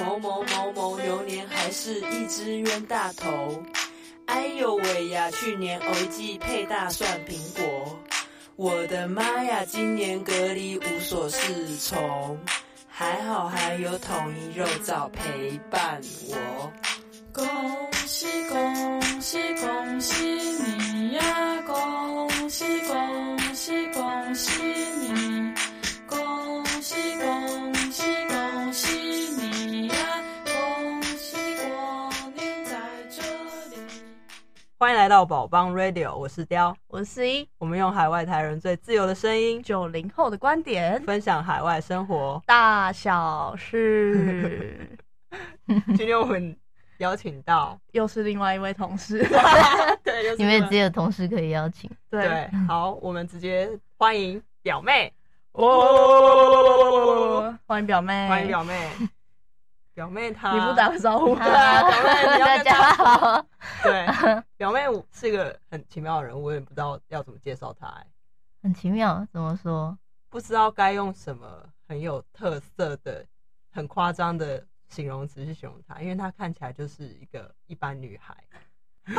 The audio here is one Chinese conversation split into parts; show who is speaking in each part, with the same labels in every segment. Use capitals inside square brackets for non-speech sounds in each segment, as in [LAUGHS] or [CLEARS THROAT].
Speaker 1: 某某某某牛年还是一只冤大头。哎呦喂呀，去年偶记配大蒜苹果，我的妈呀，今年隔离无所适从，还好还有统一肉燥陪伴我。
Speaker 2: 恭喜恭喜恭喜你呀！恭喜恭喜恭喜你！恭喜恭喜恭喜你呀！恭喜过年在这里。
Speaker 3: 欢迎来到宝邦 Radio，我是雕，
Speaker 4: 我是十一，
Speaker 3: 我们用海外台人最自由的声音， [LAUGHS]
Speaker 4: 九零后的观点，
Speaker 3: 分享海外生活。
Speaker 4: 大小事，
Speaker 5: [LAUGHS]
Speaker 3: 今天我们邀请到，
Speaker 4: [LAUGHS] 又是另外一位同事。
Speaker 3: [LAUGHS]
Speaker 5: [LAUGHS]
Speaker 3: 对，就是
Speaker 5: 你们也只有同事可以邀请。
Speaker 3: 对，好，我们直接欢迎表妹，
Speaker 4: 哦，欢迎表妹，
Speaker 3: 欢迎表妹，表妹她
Speaker 4: 你不打个招呼，
Speaker 3: 啊表妹你要
Speaker 5: 大
Speaker 3: 跟
Speaker 5: 家好，
Speaker 3: 对，表妹是个很奇妙的人物，我也不知道要怎么介绍她、哎
Speaker 5: 很奇妙，怎么说？
Speaker 3: 不知道该用什么很有特色的、很夸张的形容词去形容她，因为她看起来就是一个一般女孩，
Speaker 4: [LAUGHS]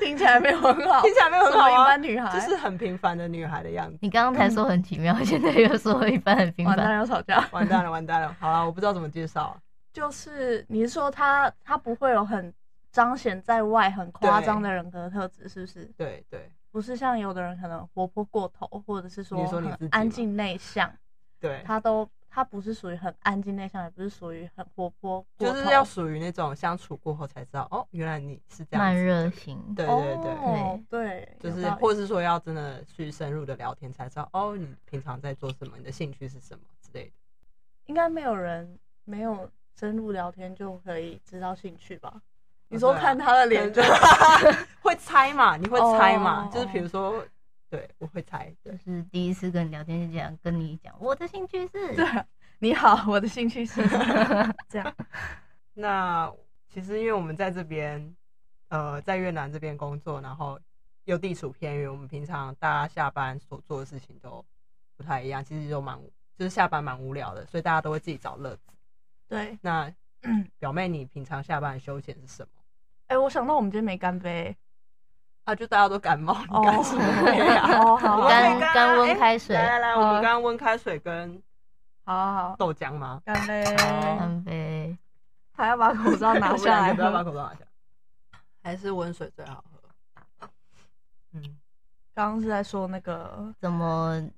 Speaker 4: 听起来没有很好
Speaker 3: 听，起来没有很好、啊、
Speaker 4: 什么一般女孩
Speaker 3: 就是很平凡的女孩的样子。
Speaker 5: 你刚刚才说很奇妙， [LAUGHS] 现在又说一般很平
Speaker 4: 完
Speaker 5: 凡。
Speaker 4: 蛋要吵架。
Speaker 3: 完蛋了，完蛋了！好了，我不知道怎么介绍、啊。
Speaker 4: 就是你是说他他不会有很彰显在外很夸张的人格特质，是不是？
Speaker 3: 对对
Speaker 4: 不是像有的人可能活泼过头，或者是说
Speaker 3: 你说你
Speaker 4: 很
Speaker 3: 自己吗
Speaker 4: 安静内向，
Speaker 3: 对，
Speaker 4: 他都他不是属于很安静内向，也不是属于很活泼过
Speaker 3: 就
Speaker 4: 头，
Speaker 3: 是要属于那种相处过后才知道，哦，原来你是这样
Speaker 5: 慢
Speaker 3: 子的
Speaker 5: 热
Speaker 3: 人。
Speaker 5: 型，
Speaker 3: 对对对，
Speaker 4: 哦、对，
Speaker 3: 就
Speaker 4: 有
Speaker 3: 是
Speaker 4: 道理
Speaker 3: 或是说要真的去深入的聊天，才知道哦，你平常在做什么，你的兴趣是什么之类的。
Speaker 4: 应该没有人没有深入聊天就可以知道兴趣吧？你说看他的脸就
Speaker 3: 哦对啊 [LAUGHS] 会猜嘛？你会猜嘛？
Speaker 4: 哦
Speaker 3: 就是比如说，对我会猜，对
Speaker 5: 就是第一次跟你聊天就讲，跟你讲我的兴趣是，
Speaker 4: 对 [LAUGHS] 你好，我的兴趣
Speaker 3: [LAUGHS]
Speaker 4: 是这样，
Speaker 3: 那其实因为我们在这边，呃，在越南这边工作，然后又地处偏远，我们平常大家下班所做的事情都不太一样，其实都蛮无就是下班蛮无聊的，所以大家都会自己找乐子。
Speaker 4: 对。 [CLEARS THROAT]
Speaker 3: 那
Speaker 4: 嗯
Speaker 3: 表妹，你平常下班的休闲是什么？
Speaker 4: 哎、我想到我们今天没干杯，
Speaker 3: 啊，就大家都感冒，你
Speaker 4: 哦
Speaker 3: 干什么杯
Speaker 5: [LAUGHS]
Speaker 4: [LAUGHS]
Speaker 3: 啊？
Speaker 4: 哦，好好
Speaker 3: 我们可
Speaker 5: 干
Speaker 3: 以干啊
Speaker 5: 干温
Speaker 3: 哎
Speaker 5: 开水，
Speaker 3: 来来来，我们
Speaker 4: 好
Speaker 3: 刚刚温开水跟
Speaker 4: 好好，
Speaker 3: 豆浆吗？
Speaker 4: 干杯！
Speaker 3: 好
Speaker 5: 干杯。
Speaker 4: 还要把口
Speaker 5: 哦
Speaker 4: 罩
Speaker 3: [LAUGHS]
Speaker 4: 拿下来
Speaker 3: 不要把
Speaker 4: 喝。
Speaker 3: 口罩拿下，还是温水最好喝。嗯，
Speaker 4: 刚刚是在说那个，
Speaker 5: 怎么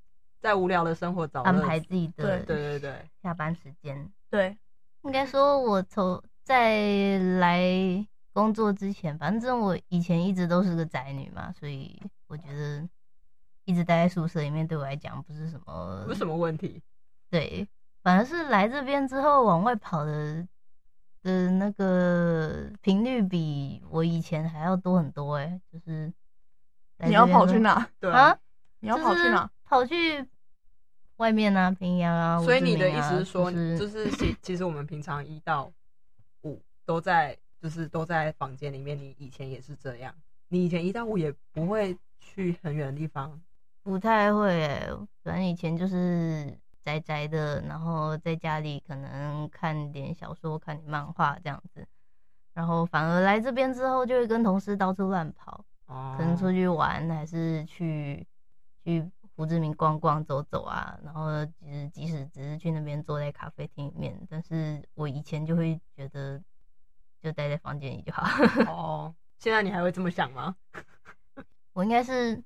Speaker 3: 在无聊的生活找乐
Speaker 5: 安
Speaker 3: 子
Speaker 5: 排自己
Speaker 3: 对
Speaker 5: 的
Speaker 3: 对对，
Speaker 5: 下班时间？
Speaker 4: 对，
Speaker 5: 应该说，我从在来工作之前，反正我以前一直都是个宅女嘛，所以我觉得一直待在宿舍里面对我来讲不是什么
Speaker 3: 有什么问题？
Speaker 5: 对，反而是来这边之后往外跑的的那个频率比我以前还要多很多哎、就是来
Speaker 4: 你
Speaker 5: 这
Speaker 4: 要
Speaker 5: 边
Speaker 4: 跑
Speaker 5: 之
Speaker 4: 去
Speaker 5: 后
Speaker 4: 哪？
Speaker 5: [LAUGHS]
Speaker 3: 对
Speaker 5: 啊？
Speaker 4: 你要跑去哪？？
Speaker 5: 跑去外面啊，平阳啊。胡
Speaker 3: 所以
Speaker 5: 志
Speaker 3: 你的
Speaker 5: 明
Speaker 3: 意思
Speaker 5: 啊
Speaker 3: 是说，
Speaker 5: 就是
Speaker 3: 就是其其实我们平常一到五都在，就是都在房间里面。你以前也是这样，你以前一到五也不会去很远的地方。
Speaker 5: 不太会欸、反正以前就是宅宅的，然后在家里可能看点小说、看点漫画这样子，然后反而来这边之后，就会跟同事到处乱跑，
Speaker 3: 哦
Speaker 5: 可能出去玩，还是去去胡志明逛逛、走走啊。然后其实即使只是去那边坐在咖啡厅里面，但是我以前就会觉得就待在房间里就好。
Speaker 3: [LAUGHS] 哦，现在你还会这么想吗？
Speaker 5: [LAUGHS] 我应该是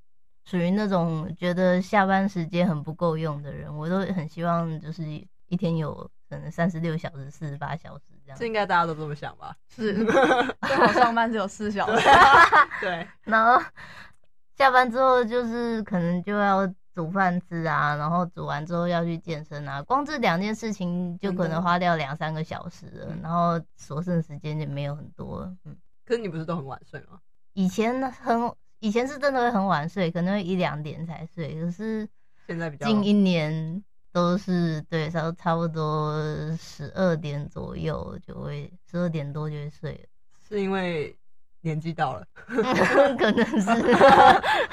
Speaker 5: 属于那种觉得下班时间很不够用的人，我都很希望就是一天有可能三十六小时、四十八小时这
Speaker 3: [LAUGHS] 这
Speaker 5: 样。
Speaker 3: 应该大家都这么想吧？
Speaker 4: 是，
Speaker 5: [LAUGHS]
Speaker 4: 最好上班只有四小时。
Speaker 3: [LAUGHS] 对，
Speaker 5: 然后下班之后就是可能就要煮饭吃啊，然后煮完之后要去健身啊，光这两件事情就可能花掉两三个小时了
Speaker 3: 嗯，
Speaker 5: 然后所剩时间就没有很多了。嗯，
Speaker 3: 可是你不是都很晚睡吗？
Speaker 5: 以前很以前是真的会很晚睡，可能会一两点才睡，可是。
Speaker 3: 现在比较
Speaker 5: 近一年都是对，差差不多十二点左右就会，十二点多就会睡了，
Speaker 3: 是因为年纪到了，
Speaker 5: [LAUGHS] 可能是。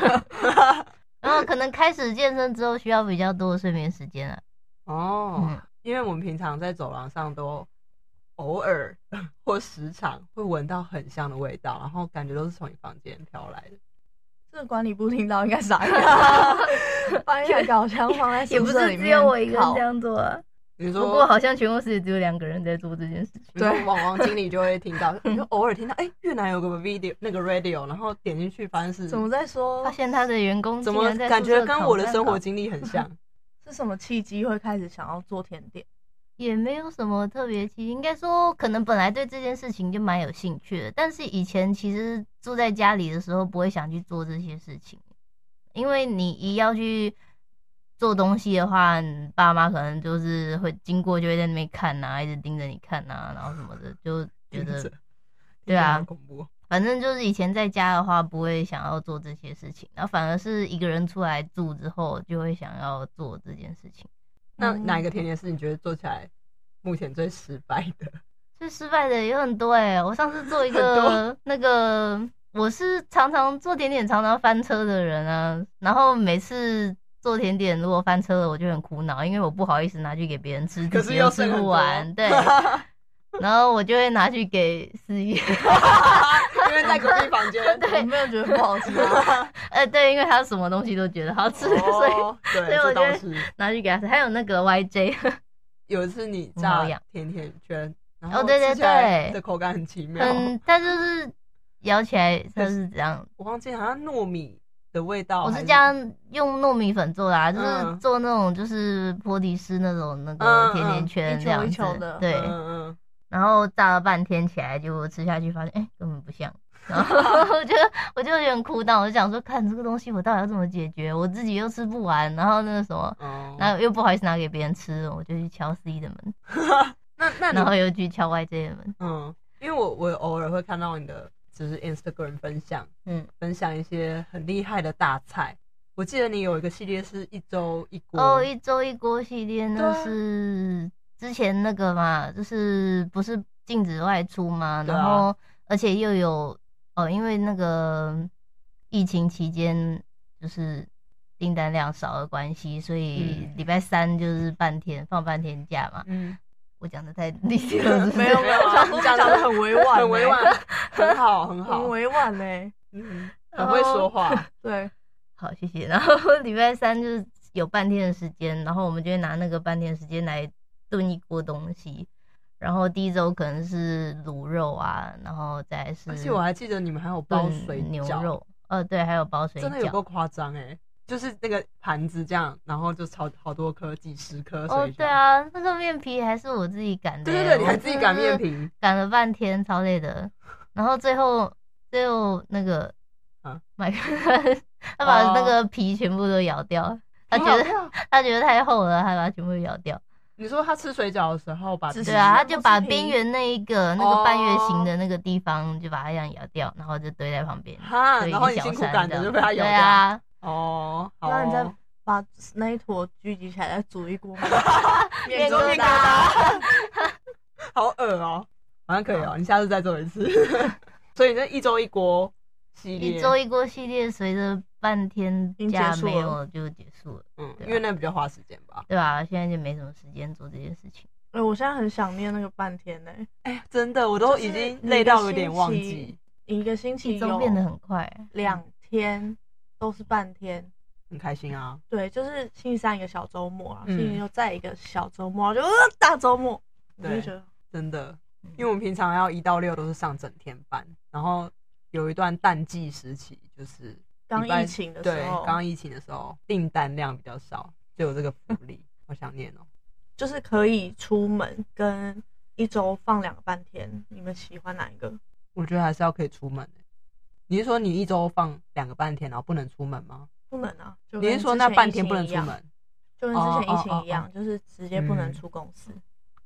Speaker 3: [LAUGHS]
Speaker 5: 然后可能开始健身之后需要比较多的睡眠时间了。啊
Speaker 3: 哦，
Speaker 5: 嗯
Speaker 3: 因为我们平常在走廊上都偶尔 [LAUGHS] 或时常会闻到很香的味道，然后感觉都是从你房间飘来的。
Speaker 4: 这个管理部听到应该傻
Speaker 5: [LAUGHS]
Speaker 4: 眼，把你的搞枪放在
Speaker 5: 也
Speaker 4: 宿
Speaker 5: 不
Speaker 4: 舍
Speaker 5: 是
Speaker 4: 里
Speaker 5: 只
Speaker 4: 面
Speaker 5: 有我一个人
Speaker 4: 烤
Speaker 5: 这样做啊。
Speaker 3: 你
Speaker 5: 不过
Speaker 3: 说，
Speaker 5: 好像全公司也只有两个人在做这件事情。
Speaker 3: 对，往往经理就会听
Speaker 5: [LAUGHS]
Speaker 3: 到，你就偶尔听到，哎、越南有个 video 那个 radio，然后点进去发现是
Speaker 4: 怎么在说
Speaker 5: 发？现他的员工
Speaker 3: 怎
Speaker 5: 竟
Speaker 3: 么
Speaker 5: 然在
Speaker 3: 感
Speaker 5: 宿
Speaker 3: 觉
Speaker 5: 舍
Speaker 3: 跟
Speaker 5: 烤
Speaker 3: 我的
Speaker 5: 蛋
Speaker 3: 生
Speaker 5: 糕
Speaker 3: 活经历很像？
Speaker 4: 是什么契机会开始想要做甜
Speaker 5: [LAUGHS]
Speaker 4: 点？
Speaker 5: 也没有什么特别期，应该说可能本来对这件事情就蛮有兴趣的，但是以前其实住在家里的时候不会想去做这些事情，因为你一要去做东西的话，你爸妈可能就是会经过就会在那边看呐、一直盯着你看呐、然后什么的，就 [LAUGHS] 觉
Speaker 3: [LAUGHS] 听着
Speaker 5: 得
Speaker 3: 听
Speaker 5: 对
Speaker 3: 着
Speaker 5: 啊
Speaker 3: 很恐怖。
Speaker 5: 反正就是以前在家的话不会想要做这些事情，然后反而是一个人出来住之后就会想要做这件事情。
Speaker 3: 那哪一
Speaker 4: 嗯
Speaker 3: 个甜点是你觉得做起来目前最失败
Speaker 5: [LAUGHS]
Speaker 3: 的？
Speaker 5: 最失败的有很多哎、我上次做一
Speaker 3: 很
Speaker 5: 个那个，我是常常做甜点常常翻车的人啊，然后每次做甜点如果翻车了，我就很苦恼，因为我不好意思拿去给别人吃，
Speaker 3: 可
Speaker 5: 自
Speaker 3: 是
Speaker 5: 己
Speaker 3: 又
Speaker 5: 又
Speaker 3: 剩很
Speaker 5: 吃不
Speaker 3: 多
Speaker 5: 完，对，然后我就会拿去给思怡，
Speaker 3: [LAUGHS] 因为在隔壁房间，
Speaker 4: 我没有觉得不好吃
Speaker 5: [LAUGHS]
Speaker 4: 啊，
Speaker 5: [LAUGHS] 呃，对，因为他什么东西都觉得好吃， [LAUGHS] 所以
Speaker 3: 哦对，
Speaker 5: 所以
Speaker 3: 这
Speaker 5: 我觉
Speaker 3: 倒
Speaker 5: 得
Speaker 3: 是。
Speaker 5: 拿去给他吃。还有那个 YJ，
Speaker 3: 有一次你
Speaker 5: 很好
Speaker 3: 炸
Speaker 5: 养
Speaker 3: 甜甜圈，然
Speaker 5: 哦
Speaker 3: 后
Speaker 5: 对对
Speaker 3: 吃起来
Speaker 5: 对
Speaker 3: 的口感很奇妙，
Speaker 5: 嗯，他就是咬起来它是这样，
Speaker 3: 我忘记好像糯米的味道
Speaker 5: 我
Speaker 3: 哦还，
Speaker 5: 是加用糯米粉做的、啊，就是
Speaker 3: 嗯
Speaker 5: 做那种就是波提斯那种那
Speaker 3: 嗯
Speaker 5: 个甜甜圈这样
Speaker 4: 一
Speaker 5: 子，
Speaker 4: 球一球的
Speaker 5: 对。
Speaker 3: 嗯嗯，
Speaker 5: 然后炸了半天起来，结果吃下去发现，哎、根本不像。然
Speaker 3: [LAUGHS]
Speaker 5: 后我就我就有点苦恼，我就想说，看这个东西我到底要怎么解决？我自己又吃不完，然后那个什么，
Speaker 3: 哦，
Speaker 5: 然后又不好意思拿给别人吃，我就去敲 C 的门，
Speaker 3: 那那
Speaker 5: 然
Speaker 3: 你
Speaker 5: 后又去敲 YJ 的门。
Speaker 3: 嗯，因为我我偶尔会看到你的就是 Instagram 分享
Speaker 5: 嗯，
Speaker 3: 分享一些很厉害的大菜，我记得你有一个系列是一周一锅，
Speaker 5: 哦，一周一锅系列
Speaker 4: 对
Speaker 5: 那
Speaker 4: 啊
Speaker 5: 是之前那个嘛，就是不是禁止外出嘛，
Speaker 3: 对啊
Speaker 5: 然后而且又有哦，因为那个疫情期间就是订单量少的关系，所以
Speaker 3: 嗯
Speaker 5: 礼拜三就是半天放半天假嘛。
Speaker 3: 嗯，
Speaker 5: 我讲的太
Speaker 3: [LAUGHS]
Speaker 5: 立体了，是不
Speaker 4: 没
Speaker 5: 是
Speaker 4: 有没有啊，你讲的很委婉，
Speaker 3: 很委婉，，欸很好很好
Speaker 4: 很，委婉
Speaker 5: [LAUGHS]
Speaker 4: 呢。
Speaker 3: 嗯，很会说话，
Speaker 5: 嗯
Speaker 4: 对，
Speaker 5: 好，谢 [LAUGHS] 谢。然后礼拜三就是有半天的时间，然后我们就会拿那个半天时间来炖一锅东西。然后第一周可能是卤肉啊，然后再来是
Speaker 3: 而且我还记得你们还有包
Speaker 5: 炖
Speaker 3: 水
Speaker 5: 牛
Speaker 3: 饺，
Speaker 5: 肉，呃，对，还有包水
Speaker 3: 真的有够
Speaker 5: 饺。
Speaker 3: 夸张哎，就是那个盘子这样，然后就炒好多颗，几十颗水饺。
Speaker 5: 哦，对，啊，那个面皮还是我自己擀的
Speaker 3: 对
Speaker 5: 耶，
Speaker 3: 对对，你
Speaker 5: 我
Speaker 3: 还自己擀面，皮，
Speaker 5: 擀了半天，超累的。
Speaker 3: [LAUGHS]
Speaker 5: 然后最后最后那个
Speaker 3: 啊
Speaker 5: 麦克，他把
Speaker 3: 哦
Speaker 5: 那个皮全部都咬掉，他觉
Speaker 3: 好
Speaker 5: 得
Speaker 3: 好笑
Speaker 5: 他觉得太厚了，他把它全部咬掉。
Speaker 3: 你说他吃水饺的时候把
Speaker 4: 只
Speaker 5: 对啊，
Speaker 4: 是
Speaker 5: 他就
Speaker 4: 不
Speaker 5: 把
Speaker 4: 是
Speaker 5: 边
Speaker 4: 平
Speaker 5: 缘那一个那个半月形
Speaker 3: 哦
Speaker 5: 的那个地方，就把它这样咬掉，然后就堆在旁边，
Speaker 3: 哈，
Speaker 5: 堆一
Speaker 3: [LAUGHS] 然后
Speaker 5: 个
Speaker 3: 你
Speaker 5: 小
Speaker 3: 辛苦
Speaker 5: 山
Speaker 3: 擀
Speaker 5: 这
Speaker 3: 的
Speaker 5: 样。
Speaker 3: 就被他咬
Speaker 5: 对
Speaker 3: 掉。
Speaker 5: 啊，
Speaker 3: 哦，好
Speaker 4: 那你再
Speaker 3: 哦，
Speaker 4: 把那一坨聚集起来，再煮一锅
Speaker 5: [LAUGHS] 面
Speaker 3: 你说
Speaker 5: 疙
Speaker 3: 面疙
Speaker 5: 瘩。
Speaker 3: [LAUGHS] 好恶哦，好像可以哦，你下次再做一次。 [LAUGHS] 所以这一周一锅系列，
Speaker 5: 一周一锅系列随着半天
Speaker 4: 已经
Speaker 5: 假
Speaker 4: 结束
Speaker 5: 没
Speaker 4: 了
Speaker 5: 有就结束了，
Speaker 3: 嗯，
Speaker 5: 对啊
Speaker 3: 因为那比较花时间吧。
Speaker 5: 对吧、现在就没什么时间做这件事情。
Speaker 4: 哎、我现在很想念那个半天呢、
Speaker 3: 哎，真的，我都
Speaker 4: 就是
Speaker 3: 已经
Speaker 4: 你
Speaker 3: 累
Speaker 4: 的
Speaker 3: 到有点
Speaker 4: 心
Speaker 3: 忘
Speaker 4: 情
Speaker 3: 记，
Speaker 4: 一个星期
Speaker 5: 一周变得
Speaker 4: 有
Speaker 5: 很快，
Speaker 4: 两
Speaker 3: 嗯
Speaker 4: 天都是半天，
Speaker 3: 很开心啊。
Speaker 4: 对，就是星期三一个小周末啊，
Speaker 3: 嗯
Speaker 4: 星期六再一个小周末，就、呃、大周末，我就
Speaker 3: 对
Speaker 4: 觉得
Speaker 3: 真的，
Speaker 4: 嗯
Speaker 3: 因为我们平常要一到六都是上整天班，然后有一段淡季时期，就是
Speaker 4: 刚
Speaker 3: 礼拜
Speaker 4: 疫情的时
Speaker 3: 对，
Speaker 4: 候，
Speaker 3: 刚疫情的时候订单量比较少，就有这个福利，好想念哦。
Speaker 4: 就是可以出门跟一周放两个半天，你们喜欢哪一个？
Speaker 3: 我觉得还是要可以出门欸、你是说你一周放两个半天，然后不能出门吗？
Speaker 4: 不能啊，就
Speaker 3: 你
Speaker 4: 跟
Speaker 3: 是说
Speaker 4: 之
Speaker 3: 那
Speaker 4: 前
Speaker 3: 半
Speaker 4: 疫
Speaker 3: 天
Speaker 4: 情
Speaker 3: 不能
Speaker 4: 一
Speaker 3: 出
Speaker 4: 样
Speaker 3: 门？
Speaker 4: 就跟之前疫
Speaker 3: 哦哦哦嗯
Speaker 4: 情一样，就是直接不能出公司。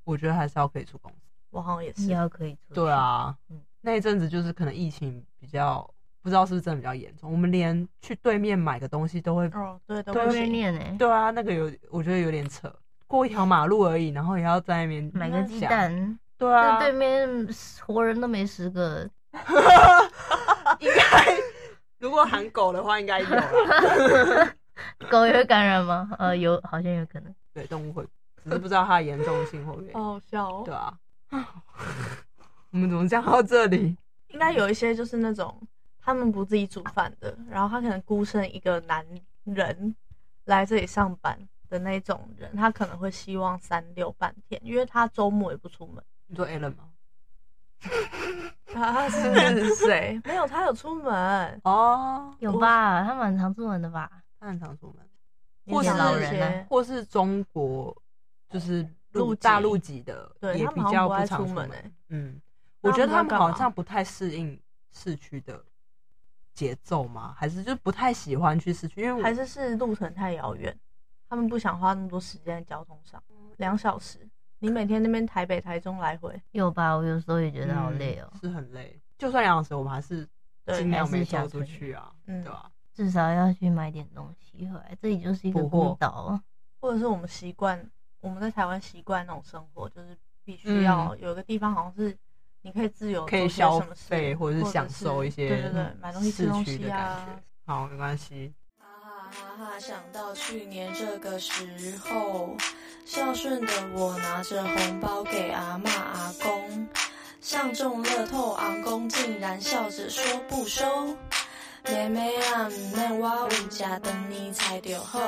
Speaker 3: 我觉得还是要可以出公司。
Speaker 4: 我好像也
Speaker 5: 你
Speaker 4: 是，
Speaker 5: 要可以出。
Speaker 3: 对，啊
Speaker 5: 嗯，
Speaker 3: 那一阵子就是可能疫情比较，不知道是不是真的比较严重，我们连去对面买个东西都会
Speaker 4: 哦，对，都
Speaker 3: 对
Speaker 4: 不
Speaker 5: 外面
Speaker 4: 行。
Speaker 5: 念呢，
Speaker 3: 对啊，那个有，我觉得有点扯。过一条马路而已，然后也要在那边
Speaker 5: 买个鸡
Speaker 3: 想，
Speaker 5: 蛋，
Speaker 3: 对
Speaker 5: 这
Speaker 3: 啊，
Speaker 5: 对面活人都没十个，
Speaker 3: 应该如果喊狗的话，应该有
Speaker 4: [LAUGHS]
Speaker 3: 啦。
Speaker 5: 狗也会感染吗？呃，有，好像有可能。
Speaker 3: 对，动物会，只是不知道它的严重性会不会。
Speaker 4: 好好笑哦
Speaker 3: 对！啊， [LAUGHS] 我们怎么讲到这里？
Speaker 4: 应该有一些就是那种他们不自己煮饭的，然后他可能孤身一个男人来这里上班的那种人，他可能会希望三六半天，因为他周末也不
Speaker 5: [LAUGHS]
Speaker 4: 出门。
Speaker 3: 你做 Allen 吗？
Speaker 5: 啊
Speaker 4: 他 [LAUGHS] 是谁？没有，他有出门。
Speaker 3: 哦，
Speaker 5: 有吧？他们很常出门的吧？
Speaker 3: 他很常出门，
Speaker 5: 或是
Speaker 3: 老
Speaker 5: 人啊
Speaker 3: 或是中国就是
Speaker 4: 陆
Speaker 3: 陆
Speaker 4: 籍
Speaker 3: 大陆籍的，
Speaker 4: 对
Speaker 3: 也
Speaker 4: 他
Speaker 3: 比
Speaker 4: 们好像
Speaker 3: 较
Speaker 4: 不爱
Speaker 3: 常
Speaker 4: 出
Speaker 3: 出
Speaker 4: 门欸
Speaker 3: 嗯，
Speaker 4: 那
Speaker 3: 我觉得
Speaker 4: 他们
Speaker 3: 他
Speaker 4: 都在干
Speaker 3: 们好
Speaker 4: 嘛
Speaker 3: 像不太适应市区的节奏嘛，还是就不太喜欢去市区，因为我
Speaker 4: 还是是路程太遥远，他们不想花那么多时间在交通上，两小时。你每天那边台北、台中来回，
Speaker 5: 有吧？我有时候也觉得好
Speaker 3: 嗯
Speaker 5: 累哦，
Speaker 3: 是很累。就算两小时，我们还是
Speaker 4: 对
Speaker 3: 尽量
Speaker 5: 还是
Speaker 3: 没
Speaker 5: 想
Speaker 3: 走出
Speaker 5: 出去
Speaker 3: 去啊，
Speaker 4: 嗯
Speaker 3: 对吧？
Speaker 5: 至少要去买点东西回来。这里就是一个
Speaker 3: 补货
Speaker 5: 孤岛，
Speaker 4: 或者是我们习惯我们在台湾习惯那种生活，就是必须要有一个地方，好像是你可以自由
Speaker 3: 嗯可以
Speaker 4: 做些什
Speaker 3: 消
Speaker 4: 么事
Speaker 3: 费或者
Speaker 4: 者
Speaker 3: 是享受一些
Speaker 4: 对对对，买东西吃
Speaker 3: 市
Speaker 4: 东
Speaker 3: 区的
Speaker 4: 西
Speaker 3: 感
Speaker 4: 啊
Speaker 3: 觉。。好，没关系。
Speaker 1: 哈啊哈哈哈！想到去年这个时候，孝顺的我拿着红包给阿嬷阿公，上中乐透，阿公竟然笑着说不收。妹妹啊，唔免我有家等你才就好。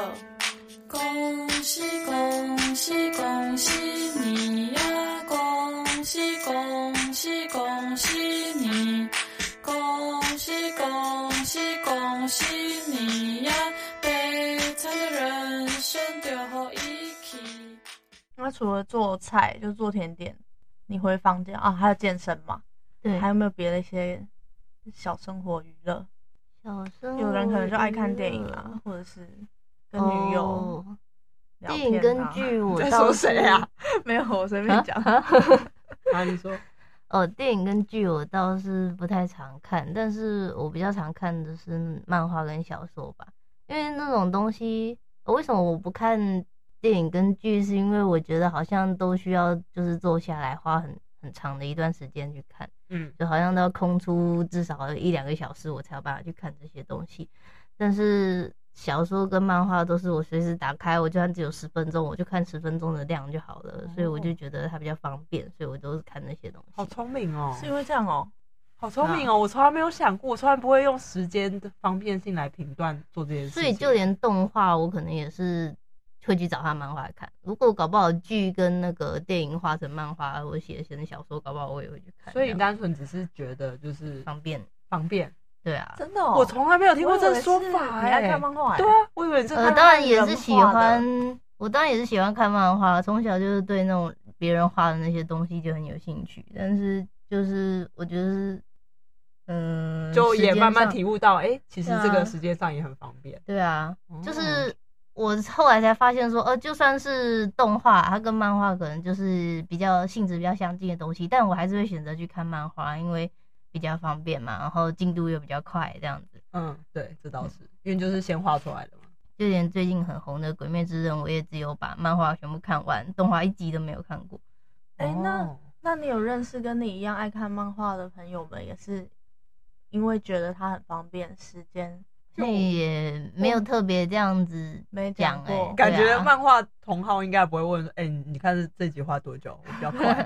Speaker 2: 恭喜恭喜恭喜你呀！恭喜恭喜恭喜你！恭喜恭喜恭喜你呀！悲惨的人生最后一起。
Speaker 4: 那除了做菜，就做甜点，你回房间啊，还有健身嘛？
Speaker 5: 对
Speaker 4: 还，有没有别的一些小生活娱乐？
Speaker 5: 小时候
Speaker 4: 有人可能就
Speaker 3: 哦
Speaker 4: 爱看电影啊，或者是跟女友
Speaker 5: 哦
Speaker 4: 聊
Speaker 5: 电影
Speaker 4: 天
Speaker 5: 跟
Speaker 4: 啊。 [LAUGHS]
Speaker 5: 剧我
Speaker 3: 在
Speaker 5: 倒
Speaker 3: 说
Speaker 5: 是
Speaker 3: 谁
Speaker 5: [LAUGHS]
Speaker 3: 啊？
Speaker 4: 没有，我随
Speaker 5: 啊
Speaker 4: 便讲。
Speaker 3: 啊，你说，
Speaker 5: 哦，电影跟剧我倒是不太常看，但是我比较常看的是漫画跟小说吧，因为那种东西，呃为什么我不看电影跟剧？是因为我觉得好像都需要就是坐下来花很很长的一段时间去看，
Speaker 3: 嗯，
Speaker 5: 就好像都要空出至少一两个小时，我才有办法去看这些东西。但是小说跟漫画都是我随时打开，我就算只有十分钟，我就看十分钟的量就好了，所以我就
Speaker 3: 哦
Speaker 5: 觉得它比较方便，所以我都是看那些东
Speaker 3: 好
Speaker 5: 西。
Speaker 3: 聪明哦，
Speaker 4: 是因为这样哦、
Speaker 3: 好聪明哦！我从来没有想过，我从来不会用时间的方便性来评断做这件事情。
Speaker 5: 所以就连动画，我可能也是会去找他漫画来看。如果搞不好剧跟那个电影画成漫画，我写成小说，搞不好我也会去看。
Speaker 3: 所以
Speaker 5: 这
Speaker 3: 你
Speaker 5: 样
Speaker 3: 单纯只是觉的就是
Speaker 5: 方便，
Speaker 3: 方便，
Speaker 5: 对啊。
Speaker 4: 真的哦、
Speaker 3: 我从来没有听
Speaker 4: 我
Speaker 3: 过
Speaker 4: 以
Speaker 3: 这
Speaker 4: 为
Speaker 3: 个说
Speaker 4: 是
Speaker 3: 法
Speaker 4: 你
Speaker 3: 哎、
Speaker 4: 爱看漫画、欸？
Speaker 3: 对啊，我以为你这
Speaker 5: 呃，
Speaker 3: 个
Speaker 5: 当然也
Speaker 4: 人
Speaker 5: 是喜
Speaker 4: 画的
Speaker 5: 欢，我当然也是喜欢看漫画，从小就是对那种别人画的那些东西就很有兴趣。但是就是我觉得是，嗯，
Speaker 3: 就
Speaker 5: 时
Speaker 3: 也
Speaker 5: 间
Speaker 3: 慢慢
Speaker 5: 上
Speaker 3: 体悟到，哎、其实
Speaker 5: 对啊
Speaker 3: 这个时间上也很方便。
Speaker 5: 对啊，就
Speaker 3: 哦
Speaker 5: 是我后来才发现说，呃，就算是动画，它跟漫画可能就是比较性质比较相近的东西，但我还是会选择去看漫画，因为比较方便嘛，然后进度又比较快，这样子。
Speaker 3: 嗯，对，这倒是，因为就是先画出来的嘛。
Speaker 5: 就连最近很红的《鬼灭之刃》，我也只有把漫画全部看完，动画一集都没有看过。
Speaker 4: 哎、那
Speaker 3: 哦
Speaker 4: 那你有认识跟你一样爱看漫画的朋友们，也是因为觉得它很方便，时
Speaker 3: [LAUGHS]
Speaker 4: 间
Speaker 5: 那也没有特别这样子
Speaker 4: 没
Speaker 5: 讲
Speaker 4: 讲
Speaker 5: 哎、
Speaker 4: 过
Speaker 3: 感
Speaker 5: 对
Speaker 3: 觉
Speaker 5: 啊
Speaker 3: 漫画同号应该不会问说，哎、你看这这集画多久？ [LAUGHS] 我比较快。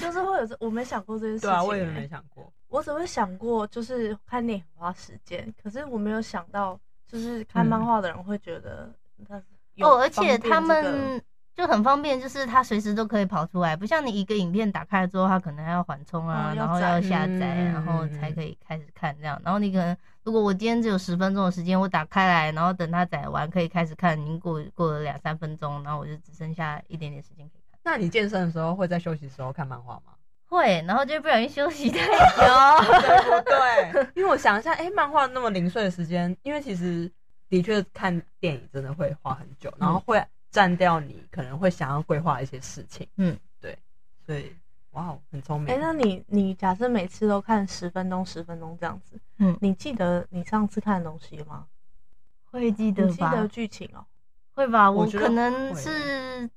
Speaker 4: 就是会有这，我没想过这件事情、欸
Speaker 3: 对啊，我也没想过。
Speaker 4: 我只会想过，就是看电影花时间，可是我没有想到，就是看
Speaker 3: 嗯
Speaker 4: 漫画的人会觉得他有
Speaker 5: 哦，而
Speaker 4: 方便
Speaker 5: 且
Speaker 4: 这个
Speaker 5: 他
Speaker 3: 嗯
Speaker 5: 们就很方便，就是它随时都可以跑出来，不像你一个影片打开之后，它可能还要缓冲啊，
Speaker 4: 哦要
Speaker 5: 然后
Speaker 4: 载
Speaker 5: 要下载，
Speaker 3: 嗯
Speaker 5: 然后
Speaker 3: 嗯嗯
Speaker 5: 才可以开始看
Speaker 4: 嗯
Speaker 5: 这样。然后你可能如果我今天只有十分钟的时间，我打开来，然后等它载完可以开始看，已经过过了两三分钟，然后我就只剩下一点点时间可以看。
Speaker 3: 那你健身的时候会在休息时候看漫画吗？
Speaker 5: 会，然后就不小心
Speaker 4: [LAUGHS]
Speaker 5: 休息太久。
Speaker 3: 对不对？因为我想一下，哎、漫画那么零碎的时间，因为其实的确看电影真的会花很久，然后会占掉你可能会想要规划一些事情。
Speaker 5: 嗯，
Speaker 3: 对，所以哇哦，很聪
Speaker 4: 哎、
Speaker 3: 明。
Speaker 4: 那你你假设每次都看十分钟、十分钟这样子，
Speaker 5: 嗯
Speaker 4: 你记得你上次看的东西吗？
Speaker 5: 会记
Speaker 4: 你
Speaker 5: 得
Speaker 4: 记
Speaker 5: 吧？
Speaker 4: 得剧情哦、
Speaker 5: 会吧？
Speaker 3: 我
Speaker 5: 我
Speaker 3: 觉
Speaker 5: 可
Speaker 3: 得
Speaker 5: 能
Speaker 3: 会
Speaker 5: 是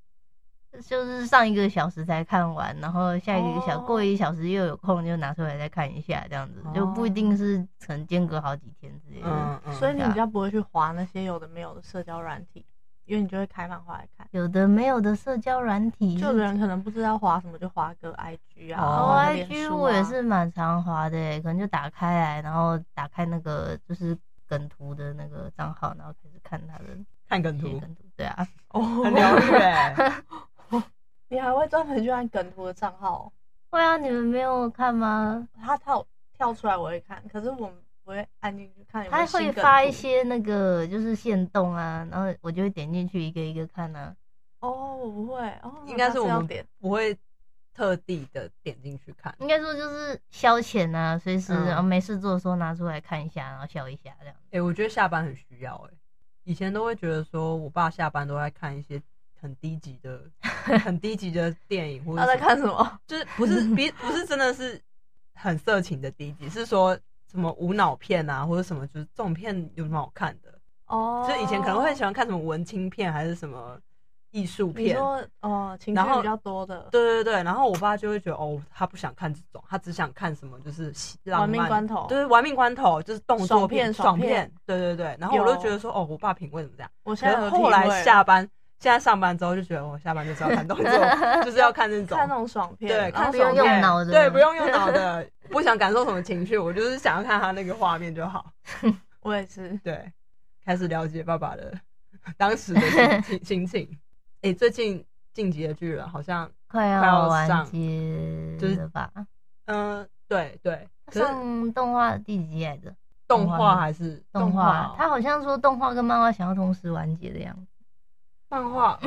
Speaker 5: 就是上一个小时才看完，然后下一个小、
Speaker 4: 哦
Speaker 5: 过一小时又有空就拿出来再看一下，这样子、就不一定是可能间隔好几天之类的。
Speaker 3: 哦嗯嗯，
Speaker 4: 所以你
Speaker 5: 对啊
Speaker 4: 比较不会去划那些有的没有的社交软体，因为你就会开放划来看。
Speaker 5: 有的没有的社交软体，
Speaker 4: 就有的人可能不知道划什么，就划个 IG 啊，
Speaker 5: 哦
Speaker 3: 哦
Speaker 4: 划个脸
Speaker 5: ，IG
Speaker 4: 书
Speaker 5: 我也
Speaker 4: 啊
Speaker 5: 是蛮常滑的欸，可能就打开来，然后打开那个就是梗图的那个账号，然后开始看他的
Speaker 3: 看梗
Speaker 5: 一些
Speaker 3: 图，
Speaker 5: 梗图。对啊，
Speaker 3: 很疗
Speaker 4: 哦，
Speaker 3: 愈哎。
Speaker 4: 你还会专门去按梗图的账号哦、
Speaker 5: 会啊，你们没有看吗？
Speaker 4: 他跳跳出来我会看，可是我们不会按进去看有没
Speaker 5: 他
Speaker 4: 有新
Speaker 5: 会
Speaker 4: 梗图。
Speaker 5: 发一些那个就是线动啊，然后我就会点进去一个一个看啊。
Speaker 4: 哦，我不会哦，
Speaker 3: 应该是我
Speaker 4: 要
Speaker 3: 们
Speaker 4: 点
Speaker 3: 不会特地的点进去看。
Speaker 5: 应该说就是消遣啊，随时、
Speaker 3: 嗯
Speaker 5: 啊没事做的时候拿出来看一下，然后笑一下这样。
Speaker 3: 哎、我觉得下班很需要哎、以前都会觉得说我爸下班都在看一些很低级 [LAUGHS] 的、很低级的电影，或者
Speaker 4: 他在
Speaker 3: 什么
Speaker 4: 看什么？
Speaker 3: 就是不是别不是真的是很色情的低级，是说什么无脑片啊，或者什么，就是这种片有什么好看的？
Speaker 4: [LAUGHS] 哦，
Speaker 3: 就以前可能会喜欢看什么文青片，还是什么艺术
Speaker 4: 你
Speaker 3: 片。
Speaker 4: 说哦，情绪
Speaker 3: 然后
Speaker 4: 比较多的，
Speaker 3: 对对对，然后我爸就会觉得哦，他不想看这种，他只想看什么就是喜浪漫
Speaker 4: 玩命关头
Speaker 3: 对，玩命关头就是动作
Speaker 4: 爽
Speaker 3: 爽
Speaker 4: 片爽片
Speaker 3: 对对对。然后我就觉得说哦，我爸品味怎么这样？
Speaker 4: 我现
Speaker 3: 可
Speaker 4: 在
Speaker 3: 是
Speaker 4: 有
Speaker 3: 后来
Speaker 4: 体会
Speaker 3: 下班，现在上班之后就觉得哦我下班就是要看
Speaker 4: [LAUGHS]
Speaker 3: 动作，就是要看这种，
Speaker 4: 看那种爽片，
Speaker 3: 对，
Speaker 4: 然
Speaker 3: 看
Speaker 4: 后
Speaker 5: 不用
Speaker 3: 爽
Speaker 5: 用
Speaker 3: 片
Speaker 5: 脑的
Speaker 3: 对，不用用脑
Speaker 5: [LAUGHS]
Speaker 3: 的，不想感受什么情绪，我就是想要看他那个画面就好。
Speaker 4: 我也是，
Speaker 3: 对，开始了解爸爸的 [LAUGHS] 当时
Speaker 5: [LAUGHS]
Speaker 3: 的心情心情。哎、最近《晋级的巨人》好像，
Speaker 5: 快
Speaker 3: 快
Speaker 5: 要
Speaker 3: 要
Speaker 5: 完
Speaker 3: 上就
Speaker 5: 结
Speaker 3: 是
Speaker 5: 了吧？
Speaker 3: 嗯、对对，可是
Speaker 5: 上动画第几集来着？
Speaker 3: 动
Speaker 5: 画
Speaker 3: 画
Speaker 5: 吗
Speaker 3: 还是
Speaker 5: 动
Speaker 3: 画哦
Speaker 5: 画，，啊他好像说动画跟漫画想要同时完结的样子。
Speaker 3: 漫
Speaker 5: [LAUGHS]
Speaker 3: 画，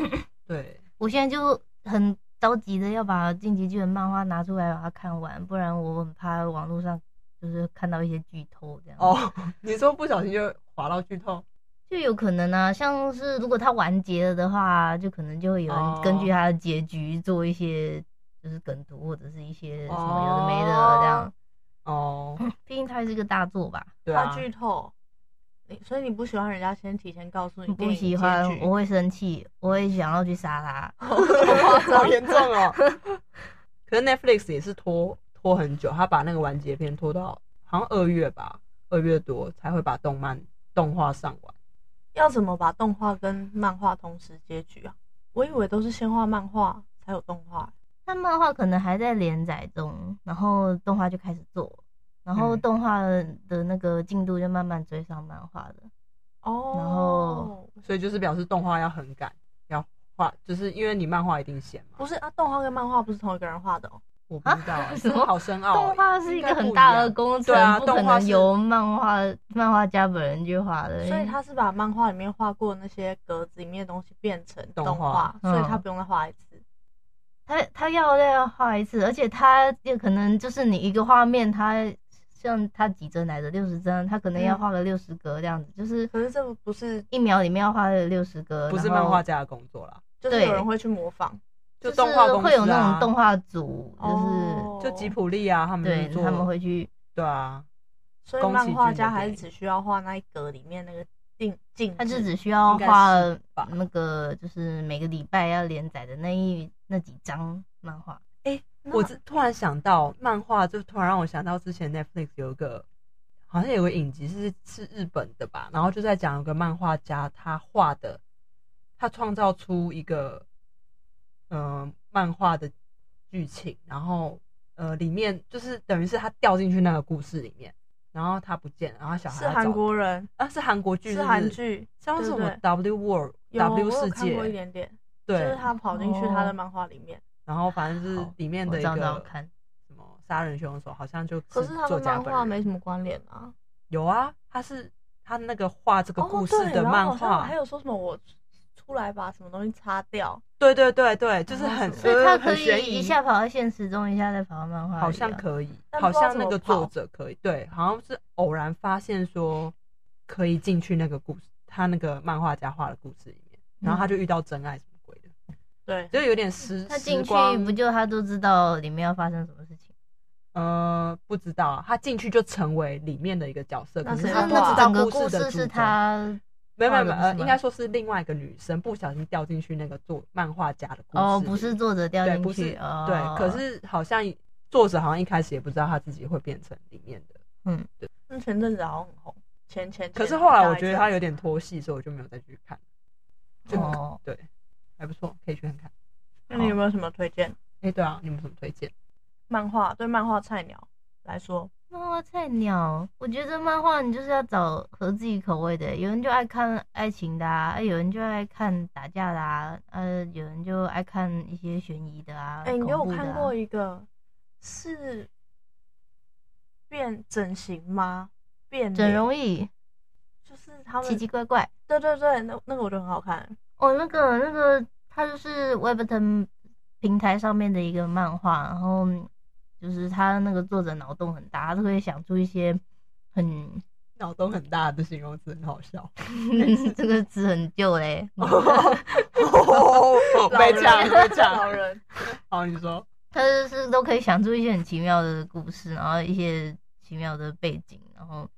Speaker 3: 对，
Speaker 5: 我现在就很着急的要把《进击巨人》漫画拿出来把它看完，不然我很怕网络上就是看到一些剧透这样。，
Speaker 3: 哦， [LAUGHS] 你说不小心就滑到剧透，
Speaker 5: 就有可能啊，像是如果它完结了的话，就可能就会有
Speaker 3: 哦
Speaker 5: 人根据它的结局做一些就是梗图或者是一些什么有的没的
Speaker 3: 哦
Speaker 5: 这样。 [LAUGHS]
Speaker 3: 哦，
Speaker 5: 毕竟它还是个大作吧，
Speaker 3: 对
Speaker 4: 怕
Speaker 3: 啊，
Speaker 4: 剧透。你所以你不喜欢人家先提前告
Speaker 3: 哦
Speaker 4: 诉你电
Speaker 5: 不
Speaker 4: 影结
Speaker 5: 喜
Speaker 4: 局，
Speaker 5: 欢我会生气，我会想要去杀它。
Speaker 3: 好严重哦。 [LAUGHS] 可是 Netflix 也是拖拖很久，他把那个完结篇拖到好像二月吧，二月多才会把动漫动画上完。
Speaker 4: 要怎么把动画跟漫画同时结局啊？我以为都是先画漫画才有动画，
Speaker 5: 但漫画可能还在连载中，然后动画就开始做，然后
Speaker 3: 嗯
Speaker 5: 动画的那个进度就慢慢追上漫画的。
Speaker 4: 哦
Speaker 5: 然后
Speaker 3: 所以就是表示动画要很赶，要画，就是因为你漫画一定写嘛
Speaker 5: 哦
Speaker 4: 不。是啊，动画跟漫画不是同一个人画的哦。
Speaker 3: 我不知道、欸，
Speaker 5: 什么
Speaker 3: 好深奥、欸。
Speaker 5: 啊动画是一个
Speaker 3: 应该不
Speaker 5: 很
Speaker 3: 样
Speaker 5: 大的工程，
Speaker 3: 对啊
Speaker 5: 不可
Speaker 3: 动画
Speaker 5: 能
Speaker 3: 是
Speaker 5: 由漫画漫画家本人去画的。
Speaker 4: 所以他是把漫画里面画过那些格子里面的东西变成
Speaker 3: 动
Speaker 4: 动
Speaker 3: 画
Speaker 4: 画，所以他
Speaker 5: 嗯
Speaker 4: 不用再画一次。
Speaker 5: 他他要再要画一次，而且他也可能就是你一个画面，他像他几帧来的六十帧，他可能要
Speaker 4: 嗯
Speaker 5: 画个六十格这样子，就是
Speaker 4: 可是这个不是，
Speaker 5: 一秒里面要画六十格，
Speaker 3: 不是
Speaker 5: 然后
Speaker 3: 漫画家的工作啦，
Speaker 4: 就是
Speaker 5: 对
Speaker 4: 有人会去模仿，
Speaker 5: 就
Speaker 3: 就动画
Speaker 5: 是
Speaker 3: 公司、啊、
Speaker 5: 会有那种动，画组，就是
Speaker 4: 哦
Speaker 3: 就吉普力啊，他们
Speaker 5: 对
Speaker 3: 就做
Speaker 5: 他们会去
Speaker 3: 对啊，
Speaker 4: 所以
Speaker 3: 宫崎
Speaker 4: 漫画
Speaker 3: 骏的
Speaker 4: 家还
Speaker 3: 电
Speaker 4: 是
Speaker 3: 影
Speaker 4: 只需要画那一格里面那个定静止，
Speaker 5: 他就只需要
Speaker 3: 应该
Speaker 5: 画
Speaker 3: 是吧
Speaker 5: 那个，就是每个礼拜要连载的那一那几张漫画。
Speaker 4: 那
Speaker 3: 我只突然想到漫画，就突然让我想到之前 Netflix 有一个好像有个影集是是日本的吧，然后就在讲有个漫画家他画的，他创造出一个呃漫画的剧情，然后呃里面就是等于是他掉进去那个故事里面，然后他不见了，然后小孩
Speaker 4: 是
Speaker 3: 要
Speaker 4: 韩
Speaker 3: 找
Speaker 4: 国人，
Speaker 3: 啊是韩国剧
Speaker 4: 是
Speaker 3: 不
Speaker 4: 韩，剧，
Speaker 3: 像是
Speaker 4: 对
Speaker 3: 什
Speaker 4: 不
Speaker 3: 么
Speaker 4: 对
Speaker 3: W World
Speaker 4: 有我
Speaker 3: W
Speaker 4: 有
Speaker 3: 世
Speaker 4: 看过一
Speaker 3: 界
Speaker 4: 点点，就是
Speaker 3: 对，
Speaker 4: 他跑进去他的
Speaker 5: 哦
Speaker 4: 漫画里面。
Speaker 3: 然后反正就是
Speaker 5: 好
Speaker 3: 里面
Speaker 5: 我
Speaker 3: 的一
Speaker 5: 找找
Speaker 3: 个
Speaker 5: 看，
Speaker 3: 什么杀人凶手，好像就是
Speaker 4: 可是他
Speaker 3: 作
Speaker 4: 跟
Speaker 3: 家
Speaker 4: 漫
Speaker 3: 本
Speaker 4: 画
Speaker 3: 人
Speaker 4: 没什么关联啊。
Speaker 3: 有啊，他是他那个画这个
Speaker 4: 哦，
Speaker 3: 故事
Speaker 4: 对，
Speaker 3: 的
Speaker 4: 然后
Speaker 3: 漫
Speaker 4: 好像
Speaker 3: 画，
Speaker 4: 还有说什么我出来把什么东西擦掉，
Speaker 3: 对对对对，就是
Speaker 4: 然后
Speaker 3: 很
Speaker 4: 什么
Speaker 5: 所以他
Speaker 3: 呃
Speaker 5: 可
Speaker 3: 很悬
Speaker 5: 以
Speaker 3: 疑
Speaker 5: 一下跑到现实中，一下再跑到漫画里啊。
Speaker 3: 好像可以，
Speaker 4: 但
Speaker 3: 好
Speaker 4: 不知道
Speaker 3: 像
Speaker 4: 怎
Speaker 3: 那
Speaker 4: 么
Speaker 3: 个
Speaker 4: 跑
Speaker 3: 作者可以，对，好像是偶然发现说可以进去那个故事，他那个漫画家画的故事里面，
Speaker 4: 嗯
Speaker 3: 然后他就遇到真爱什么鬼的，
Speaker 4: 对，
Speaker 3: 就有点
Speaker 4: 嗯
Speaker 3: 时
Speaker 5: 他进
Speaker 3: 时
Speaker 5: 去
Speaker 3: 光
Speaker 5: 不就他都知道里面要发生什么事情？
Speaker 3: 呃不知道啊，他进去就成为里面的一个角色，
Speaker 4: 那
Speaker 3: 可
Speaker 4: 是
Speaker 5: 可
Speaker 3: 是
Speaker 5: 是
Speaker 3: 他
Speaker 4: 他
Speaker 3: 不
Speaker 5: 那
Speaker 3: 知道
Speaker 5: 整个
Speaker 3: 故
Speaker 5: 故
Speaker 3: 事的主
Speaker 5: 是
Speaker 3: 轴。
Speaker 5: 他
Speaker 3: 没有没有
Speaker 5: 画
Speaker 3: 没有，
Speaker 5: 的不是
Speaker 3: 呃，
Speaker 5: 吗
Speaker 3: 应该说是另外一个女生不小心掉进去那个作漫画家的故事里面，
Speaker 5: 哦，不是作者掉
Speaker 3: 对，
Speaker 5: 进
Speaker 3: 不
Speaker 5: 去
Speaker 3: 是、
Speaker 5: 哦。
Speaker 3: 对，可是好像作者好像一开始也不知道他自己会变成里面的，
Speaker 4: 那前阵子好像很红，前前。
Speaker 3: 可是
Speaker 4: 前
Speaker 3: 后来
Speaker 4: 大
Speaker 3: 我
Speaker 4: 一
Speaker 3: 觉得
Speaker 4: 阵
Speaker 3: 他
Speaker 4: 子
Speaker 3: 有点脱戏，所以我就没有再去看。这个
Speaker 5: 哦，
Speaker 3: 对，还不错，可以去看看。
Speaker 4: 那你有没有什么推荐？
Speaker 3: 哎，对啊，你们有什么推荐？
Speaker 4: 漫画对漫画菜鸟来说，
Speaker 5: 漫画菜鸟，我觉得漫画你就是要找合自己口味的，有人就爱看爱情的啊，啊有人就爱看打架的啊，呃，有人就爱看一些悬疑的啊。
Speaker 4: 哎、你有
Speaker 5: 恐怖的
Speaker 4: 看
Speaker 5: 啊
Speaker 4: 过一个是变整形吗？变
Speaker 5: 整
Speaker 4: 脸
Speaker 5: 容易
Speaker 4: 就是他
Speaker 5: 奇
Speaker 4: 们
Speaker 5: 奇怪怪
Speaker 4: 对对对，那那个我觉得很好看。
Speaker 5: 哦，那个那个，它就是 Webtoon 平台上面的一个漫画，然后就是他那个作者脑洞很大，他都会想出一些很
Speaker 3: 脑洞很大的形容词很好笑，
Speaker 5: [LAUGHS] 这个词很旧嘞，
Speaker 3: [LAUGHS] 被抢被
Speaker 4: 老
Speaker 3: 抢。
Speaker 4: 人
Speaker 3: 好，你说
Speaker 5: 他就是都可以想出一些很奇妙的故事，然后一些奇妙的背景，然后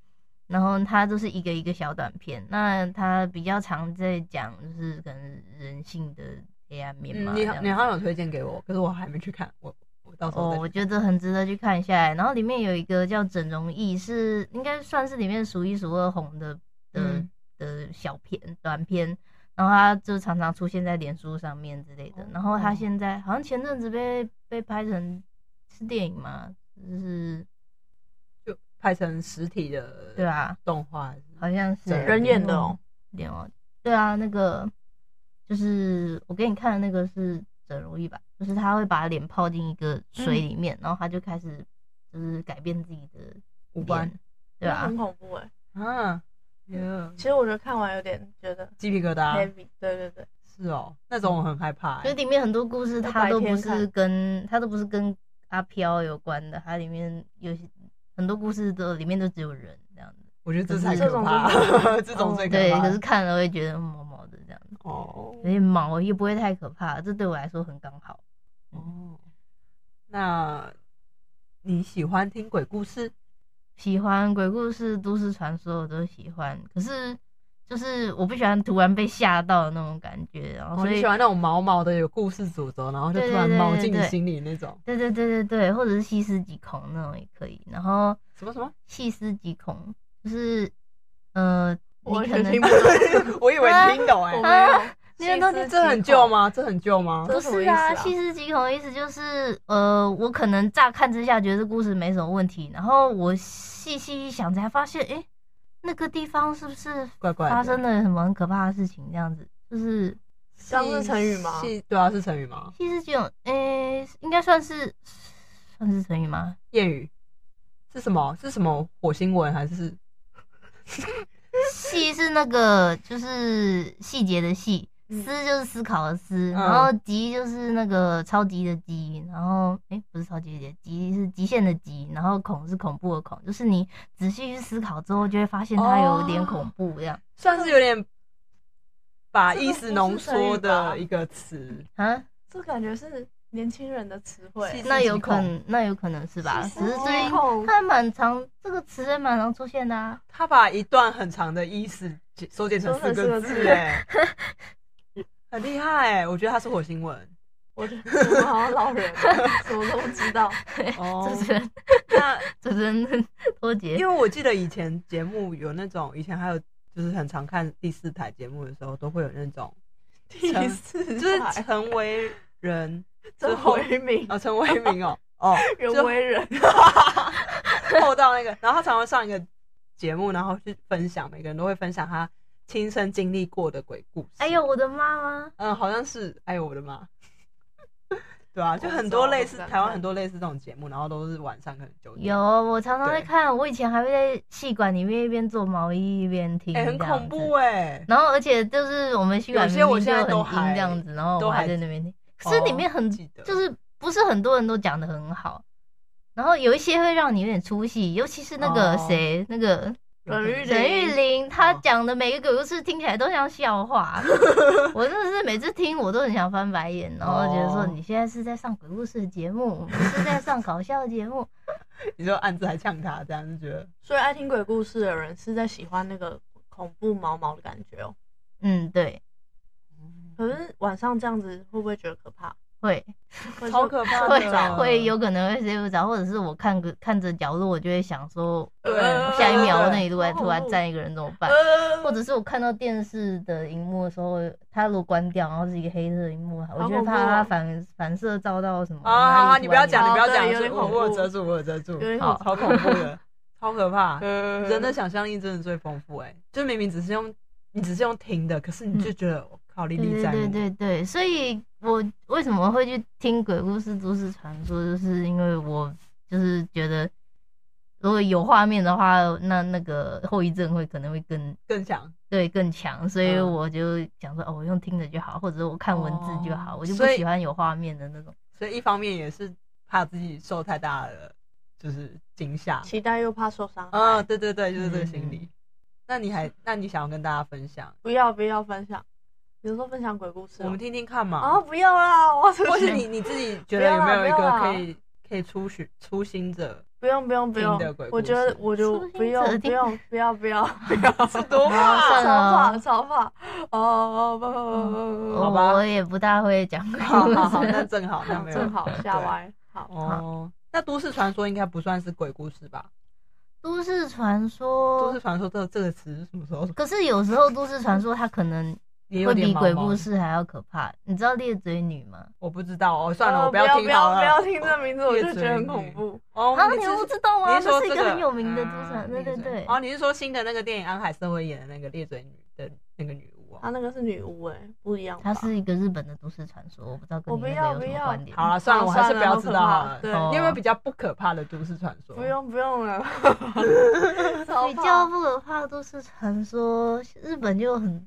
Speaker 5: 然后他都是一个一个小短片。那他比较常在讲就是可能人性的黑暗面嘛。
Speaker 3: 嗯你
Speaker 5: 这样子
Speaker 3: 你好像有推荐给我，可是我还没去看，我我到时候
Speaker 5: 哦，
Speaker 3: 再
Speaker 5: 我
Speaker 3: 去
Speaker 5: 觉得很值得去看一下欸。然后里面有一个叫整容艺，是应该算是里面数一数二红的的、
Speaker 3: 嗯
Speaker 5: 的小片短片，然后它就常常出现在脸书上面之类的。然后它现在好像前阵子被被拍成是电影嘛，就是
Speaker 3: 就拍成实体的
Speaker 5: 对啊，
Speaker 3: 动画，
Speaker 5: 好像是
Speaker 3: 整人
Speaker 4: 人演的哦，
Speaker 5: 脸哦，对啊，那个就是我给你看的那个是整容艺吧，就是他会把脸泡进一个
Speaker 4: 嗯
Speaker 5: 水里面，然后他就开始就是改变自己的
Speaker 3: 五官
Speaker 5: 脸，对
Speaker 4: 那
Speaker 5: 啊
Speaker 4: 很，恐怖哎、
Speaker 3: 啊，哟
Speaker 4: 其实我觉得看完有点觉得
Speaker 3: 鸡皮疙瘩
Speaker 4: heavy，、对对对，
Speaker 3: 是哦，那种我很害怕
Speaker 5: 所
Speaker 3: 欸。
Speaker 5: 以里面很多故事
Speaker 4: 要
Speaker 5: 它
Speaker 4: 白
Speaker 5: 都不
Speaker 4: 天
Speaker 5: 是
Speaker 4: 看
Speaker 5: 跟它都不是跟阿飘有关的，它里面有些很多故事都里面都只有人这样子，
Speaker 3: 我觉得这
Speaker 5: 可
Speaker 3: 才
Speaker 5: 是
Speaker 3: 可
Speaker 4: 这种
Speaker 3: 怕
Speaker 4: 真，
Speaker 3: [LAUGHS] 这种最
Speaker 5: 哦对
Speaker 3: 可，怕
Speaker 5: 可。是看了会觉得毛毛的这样子，
Speaker 3: 哦
Speaker 5: 有点毛也不会太可怕，这对我来说很刚好。
Speaker 3: 哦，那你喜欢听鬼故事？
Speaker 5: 喜欢鬼故事、都市传说，我都喜欢。可是就是我不喜欢突然被吓到的那种感觉，然后
Speaker 3: 哦，
Speaker 5: 所
Speaker 3: 你
Speaker 5: 以、
Speaker 3: 喜欢那种毛毛的有故事主轴，然后就
Speaker 5: 对
Speaker 3: 突然
Speaker 5: 对对
Speaker 3: 冒
Speaker 5: 对
Speaker 3: 进你
Speaker 5: 对
Speaker 3: 心里那种
Speaker 5: 对对对对对，或者是细思极恐那种也可以。然后
Speaker 3: 什么什 [LAUGHS] 么？
Speaker 5: 细思极恐就是呃，你
Speaker 4: 完
Speaker 5: 可
Speaker 4: 全
Speaker 5: 能
Speaker 4: 听不懂。
Speaker 3: 我以为你听懂哎、
Speaker 4: 我
Speaker 3: 欸，
Speaker 4: 没有，
Speaker 3: 你的
Speaker 4: 细
Speaker 3: 东
Speaker 4: 思
Speaker 3: 西
Speaker 4: 极
Speaker 3: 这很
Speaker 4: 恐
Speaker 3: 旧？吗？这很旧吗？
Speaker 4: 这
Speaker 5: 不
Speaker 4: 是什么
Speaker 5: 是
Speaker 4: 意思啊
Speaker 5: 细思极恐的意思就是，呃，我可能乍看之下觉得这故事没什么问题，然后我细细一想才发现，诶，那个地方是不是
Speaker 3: 怪怪的
Speaker 5: 发生了什么很可怕的事情？这样子就是
Speaker 4: 这样是成语吗
Speaker 3: 是对啊，是成语吗？
Speaker 5: 细思极恐，诶、应该算是算是成语吗？
Speaker 3: 谚语是什么？是什么火星文还是
Speaker 5: 细是那个就是细节的细，
Speaker 4: 嗯
Speaker 5: 思就是思考的思，
Speaker 3: 嗯
Speaker 5: 然后极就是那个超级的极，然后诶、不是超级的极，极是极限的极，然后恐是恐怖的恐，就是你仔细去思考之后，就会发现它有点恐怖这样、
Speaker 3: 算是有点把
Speaker 4: 这
Speaker 3: 意
Speaker 4: 个
Speaker 3: 思
Speaker 4: 不
Speaker 3: 浓
Speaker 4: 是成
Speaker 3: 缩
Speaker 4: 语吧
Speaker 3: 的一个词？
Speaker 5: 啊，
Speaker 4: 这感觉是年轻人的词汇
Speaker 3: 哦细
Speaker 4: 欸，
Speaker 5: 那有可
Speaker 3: 细思
Speaker 5: 能那有可能是吧，
Speaker 4: 细
Speaker 5: 只
Speaker 4: 思
Speaker 5: 是最
Speaker 4: 极
Speaker 5: 近
Speaker 4: 恐
Speaker 5: 它还蛮常这个词还蛮常出现的啊。
Speaker 3: 他把一段很长的意思解缩减成
Speaker 4: 缩
Speaker 3: 四
Speaker 4: 成
Speaker 3: 个
Speaker 4: 四个
Speaker 3: 字
Speaker 4: 字
Speaker 3: 哎、很厉害、欸，我觉得他是火星 [LAUGHS] 文。
Speaker 4: 我觉得我们好像老人哦，
Speaker 3: [LAUGHS]
Speaker 4: 什么都不知道。
Speaker 3: 哦
Speaker 5: 主持人，
Speaker 3: 那
Speaker 5: 主持人 [LAUGHS] 脱节。
Speaker 3: 因为我记得以前节目有那种，以前还有就是很常看第四台节目的时候，都会有那种
Speaker 4: 第
Speaker 3: 成
Speaker 4: 四
Speaker 3: 就
Speaker 4: 就是
Speaker 3: [LAUGHS] 成啊为人之
Speaker 4: 这
Speaker 3: 后
Speaker 4: 回名
Speaker 3: 啊、成为名哦 [LAUGHS] 哦，
Speaker 4: 人
Speaker 3: 就
Speaker 4: 为人，
Speaker 3: 后到那个，然后他常常上一个节目，然后去分享，每个人都会分享他亲身经历过的鬼故事。
Speaker 5: 哎呦，我的妈妈！
Speaker 3: 嗯，好像是，哎呦我的妈！对啊，就很
Speaker 4: 我
Speaker 3: 多
Speaker 4: 不知道
Speaker 3: 类似
Speaker 4: 我不敢
Speaker 3: 台湾
Speaker 4: 看
Speaker 3: 很多类似这种节目，然后都是晚上可能九点，
Speaker 5: 有，我常常在
Speaker 3: 对
Speaker 5: 看，我以前还会在戏馆里面一边做毛衣一边听，
Speaker 3: 哎、很
Speaker 5: 这样
Speaker 3: 恐
Speaker 5: 子
Speaker 3: 怖哎、
Speaker 5: 然后而且就是我们戏馆
Speaker 3: 有
Speaker 5: 明
Speaker 3: 些我
Speaker 5: 明
Speaker 3: 现
Speaker 5: 就
Speaker 3: 在
Speaker 5: 很
Speaker 3: 都
Speaker 5: 阴
Speaker 3: 还
Speaker 5: 这样子，然后
Speaker 3: 都
Speaker 5: 我
Speaker 3: 还
Speaker 5: 还在那边听，可是里面
Speaker 3: 哦
Speaker 5: 很
Speaker 3: 记得
Speaker 5: 就是不是很多人都讲的很好，然后有一些会让你有点出戏，尤其是那个
Speaker 3: 哦
Speaker 5: 谁那个
Speaker 3: 有可
Speaker 4: 本
Speaker 3: 能
Speaker 4: 日
Speaker 5: 沈玉琳，她
Speaker 3: 哦
Speaker 5: 讲的每个鬼故事听起来都像笑话，
Speaker 3: [LAUGHS]
Speaker 5: 我真的是每次听我都很想翻白眼，然后觉得说
Speaker 3: 哦
Speaker 5: 你现在是在上鬼故事的节目，不是在上搞笑的节目。
Speaker 3: 你说暗自还呛他，这样就觉得
Speaker 4: 所以爱听鬼故事的人是在喜欢那个恐怖毛毛的感觉哦。
Speaker 5: 嗯，对，
Speaker 4: 可是晚上这样子会不会觉得可怕？
Speaker 5: 会
Speaker 4: 会
Speaker 3: 超
Speaker 4: 睡
Speaker 3: 可怕
Speaker 4: 睡
Speaker 5: 会
Speaker 3: 的
Speaker 4: 不
Speaker 3: 啊
Speaker 4: 着
Speaker 5: [LAUGHS] 会有可能会睡不着，或者是我看个看着角落，我就会想说，
Speaker 3: 对哦
Speaker 5: 嗯下一秒我那里突然
Speaker 4: 好恐
Speaker 5: 突然
Speaker 4: 怖
Speaker 5: 站一个人怎么办？
Speaker 4: 呃
Speaker 5: 或者是我看到电视的荧幕的时候，它如果关掉，然后是一个黑色的荧幕，我
Speaker 4: 好
Speaker 5: 觉得
Speaker 4: 恐
Speaker 5: 怕
Speaker 4: 怖
Speaker 5: 它
Speaker 4: 哦
Speaker 5: 反反射照到什么。
Speaker 3: 啊，好
Speaker 5: 哪
Speaker 3: 好，
Speaker 5: 里
Speaker 3: 你
Speaker 5: 突
Speaker 3: 不要
Speaker 5: 然
Speaker 3: 讲，你
Speaker 4: 哦
Speaker 3: 不要
Speaker 4: 对
Speaker 3: 讲，
Speaker 4: 有点
Speaker 3: 我
Speaker 4: 恐
Speaker 3: 我有
Speaker 4: 怖
Speaker 3: 遮住，我有遮住
Speaker 4: 有，点
Speaker 5: 好
Speaker 3: 超恐怖的，超可怕。
Speaker 4: 呃
Speaker 3: 人的想象力真的最丰富哎、就明明只是用你只是用听的，可是你
Speaker 4: 嗯
Speaker 3: 就觉得我靠，历
Speaker 5: 对
Speaker 3: 历
Speaker 5: 对
Speaker 3: 在
Speaker 5: 对
Speaker 3: 目。
Speaker 5: 对对，所以我为什么会去听鬼故事、都市传说，就是因为我就是觉得，如果有画面的话，那那个后遗症会可能会更
Speaker 3: 更想，
Speaker 5: 对更强，所以
Speaker 3: 嗯
Speaker 5: 我就想说，哦，我用听的就好，或者我看文字就好，
Speaker 3: 哦
Speaker 5: 我就不
Speaker 3: 所以
Speaker 5: 喜欢有画面的那种。
Speaker 3: 所以一方面也是怕自己受太大的就是惊吓。
Speaker 4: 期待又怕受伤害。
Speaker 3: 嗯，对对对，就是这个心理。
Speaker 5: 嗯
Speaker 3: 那你还，那你想要跟大家分享，
Speaker 4: 不要不要分享，比如说分享鬼故事哦、
Speaker 3: 我们听听看嘛。
Speaker 4: 啊、不要啦，我
Speaker 3: 或是你你自己觉
Speaker 4: 不
Speaker 3: 得
Speaker 4: 要
Speaker 3: 有
Speaker 4: 啦
Speaker 3: 没有一
Speaker 4: 不要
Speaker 3: 个
Speaker 4: 啦
Speaker 3: 可以可以初学初
Speaker 4: [LAUGHS]
Speaker 3: 心者？
Speaker 4: 不用不用不用
Speaker 3: 听的鬼，故事
Speaker 4: 我觉得我就
Speaker 5: 初心者
Speaker 4: 不用不
Speaker 5: 听
Speaker 4: 用不要不要，
Speaker 3: 是多
Speaker 5: 啊
Speaker 3: 怕
Speaker 5: 算
Speaker 4: 超
Speaker 5: 了
Speaker 4: 怕
Speaker 5: 哦
Speaker 4: 超怕，哦哦不不不
Speaker 5: 我
Speaker 3: 嗯好吧
Speaker 5: 我也不大会讲鬼
Speaker 3: 好
Speaker 5: 故
Speaker 3: 好好，那
Speaker 5: 事，
Speaker 3: 正好，那
Speaker 4: 不
Speaker 3: 哦没
Speaker 4: 不，
Speaker 3: 有
Speaker 4: 正好下
Speaker 3: 对
Speaker 4: 歪，好，
Speaker 3: 哦。那都市传说应该不算是鬼故事吧？
Speaker 5: 都市传
Speaker 3: 都
Speaker 5: 说
Speaker 4: 哦
Speaker 3: 市。传说这个这个词是什么时候
Speaker 5: 可是有时候都市传说它可能
Speaker 3: 也有
Speaker 5: 会
Speaker 3: 点
Speaker 5: 比
Speaker 3: 毛
Speaker 5: 鬼
Speaker 3: 毛
Speaker 5: 故
Speaker 3: 的？
Speaker 5: 事还要可怕。你知道裂嘴女吗？
Speaker 3: 我不知道哦，算了，
Speaker 4: 呃
Speaker 3: 我
Speaker 4: 不
Speaker 3: 要
Speaker 4: 要
Speaker 3: 听
Speaker 4: 不
Speaker 3: 好
Speaker 4: 要
Speaker 3: 了。
Speaker 4: 不要听这名字，我
Speaker 3: 夜
Speaker 4: 就觉得很
Speaker 3: 追
Speaker 4: 恐
Speaker 3: 女
Speaker 4: 怖。
Speaker 3: 哦，
Speaker 5: 啊，
Speaker 3: 你
Speaker 5: 你
Speaker 3: 是
Speaker 5: 不知道
Speaker 3: 你
Speaker 5: 吗？
Speaker 3: 是说
Speaker 5: 是一
Speaker 3: 这
Speaker 5: 个很有名的都市传说，
Speaker 3: 裂
Speaker 5: 对对
Speaker 3: 嘴
Speaker 5: 对。
Speaker 3: 哦，你是说新的那个电影安海瑟薇演的那个裂嘴女的那个女巫
Speaker 4: 她
Speaker 3: 哦？
Speaker 4: 那个是女巫哎、不一样吧。
Speaker 5: 它是一个日本的都市传说，我不知道跟
Speaker 4: 我
Speaker 5: 你
Speaker 4: 不
Speaker 5: 那
Speaker 4: 要
Speaker 5: 个有
Speaker 4: 不
Speaker 5: 什么
Speaker 4: 要
Speaker 5: 关联。
Speaker 3: 好了，算了，我还是
Speaker 4: 算了
Speaker 3: 不要
Speaker 4: 好
Speaker 3: 知
Speaker 4: 可
Speaker 3: 道
Speaker 4: 怕
Speaker 3: 好了。
Speaker 4: 对
Speaker 3: 你有没有比较不可怕的都市传说？
Speaker 4: 不，用不用
Speaker 5: [LAUGHS]
Speaker 4: 了，超
Speaker 5: 比较
Speaker 4: 怕。
Speaker 5: 不可怕的都市传说，日本就有很，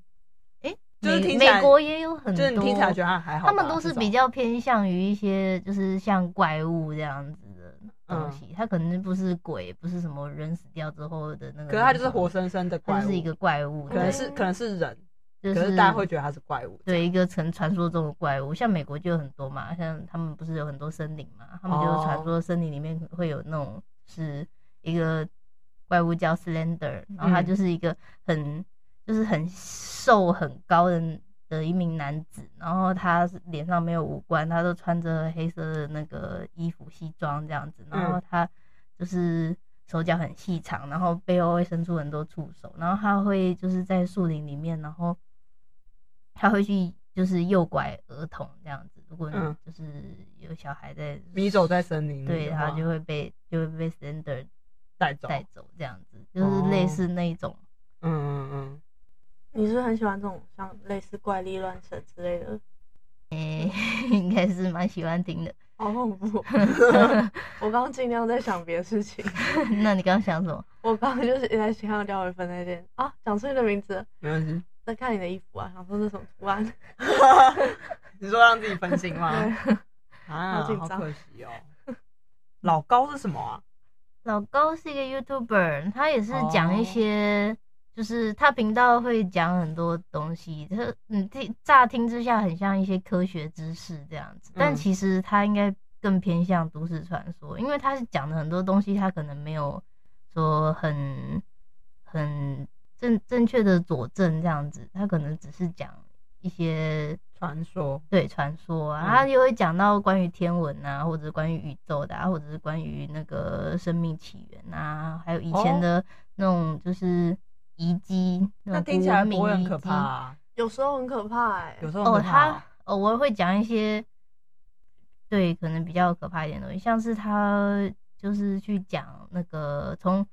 Speaker 5: 哎，
Speaker 3: 就是
Speaker 5: 美
Speaker 3: 听起来
Speaker 5: 美国也有很
Speaker 3: 就
Speaker 5: 多，
Speaker 3: 是你听起来觉得啊还好吧。
Speaker 5: 他们都是比较偏向于一些就是像怪物这样子的
Speaker 3: 嗯
Speaker 5: 东西，它可能不是鬼，不是什么人死掉之后的那
Speaker 3: 这种，
Speaker 5: 个，
Speaker 3: 可是它就是活，生生的
Speaker 5: 它
Speaker 3: 怪
Speaker 5: 就
Speaker 3: 物，
Speaker 5: 是一个怪物，
Speaker 3: 可能
Speaker 5: 对
Speaker 3: 是可能是人，
Speaker 5: 就
Speaker 3: 可是大家会觉得它是怪物。
Speaker 5: 对一个成传说中的怪物，像美国就有很多嘛，像他们不是有很多森林嘛，他们就是
Speaker 3: 哦
Speaker 5: 传说森林里面会有那种是一个怪物叫 Slender，然后他
Speaker 3: 嗯
Speaker 5: 就是一个很、就是很瘦很高的的一名男子，然后他是脸上没有五官，他都穿着黑色的那个衣服西装这样子，然
Speaker 3: 嗯
Speaker 5: 后他就是手脚很细长，然后背后会伸出很多触手，然后他会就是在树林里面，然后他会去就是诱拐儿童这样子。如果你
Speaker 3: 嗯
Speaker 5: 就是有小孩在
Speaker 3: 迷走在森林里的话，
Speaker 5: 对他就会被就会被 Slender
Speaker 3: 带走。哦
Speaker 5: 带走这样子，就是类似那一种。 [LAUGHS]
Speaker 3: 嗯嗯嗯，
Speaker 4: 你是不是很喜欢这种像类似怪力乱神之类的，
Speaker 5: 应该是蛮喜欢听的。 [LAUGHS]
Speaker 4: 好恐怖。我刚刚尽量在想别的事情，
Speaker 5: 那你刚刚想什么？
Speaker 4: 我刚刚就是在想看廖伟芬那件啊，讲出你的名字了，
Speaker 3: 没关系。
Speaker 4: 在看你的衣服啊，想说那什么图案，
Speaker 3: 你说让自己分心吗？
Speaker 4: 对，
Speaker 3: 啊，
Speaker 4: 好紧
Speaker 3: [LAUGHS] 好
Speaker 4: 张
Speaker 3: 可惜哦。老高是什么啊？
Speaker 5: 老高是一个 YouTuber，他也是讲
Speaker 3: 哦
Speaker 5: 一些就是他频道会讲很多东西，他你听乍听之下很像一些科学知识这样子，但
Speaker 3: 嗯
Speaker 5: 其实他应该更偏向都市传说，因为他是讲的很多东西，他可能没有说很很正正确的佐证这样子，他可能只是讲一些
Speaker 3: 传说。
Speaker 5: 对传说啊，
Speaker 3: 嗯
Speaker 5: 他就会讲到关于天文啊，或者关于宇宙的、啊，或者是关于那个生命起源啊，还有以前
Speaker 3: 哦
Speaker 5: 的那种就是遗迹，
Speaker 3: 那
Speaker 5: 种
Speaker 3: 听起
Speaker 5: 古
Speaker 3: 来
Speaker 5: 文
Speaker 3: 不会
Speaker 5: 明
Speaker 3: 很
Speaker 5: 遗
Speaker 3: 可
Speaker 5: 迹
Speaker 3: 怕、啊，
Speaker 4: 有时候很可怕哎、
Speaker 3: 有时候很
Speaker 5: 哦，
Speaker 3: 可怕
Speaker 5: 他
Speaker 3: 啊
Speaker 5: 偶尔会讲一些，对，可能比较可怕一点的东西，像是他就是去讲那个从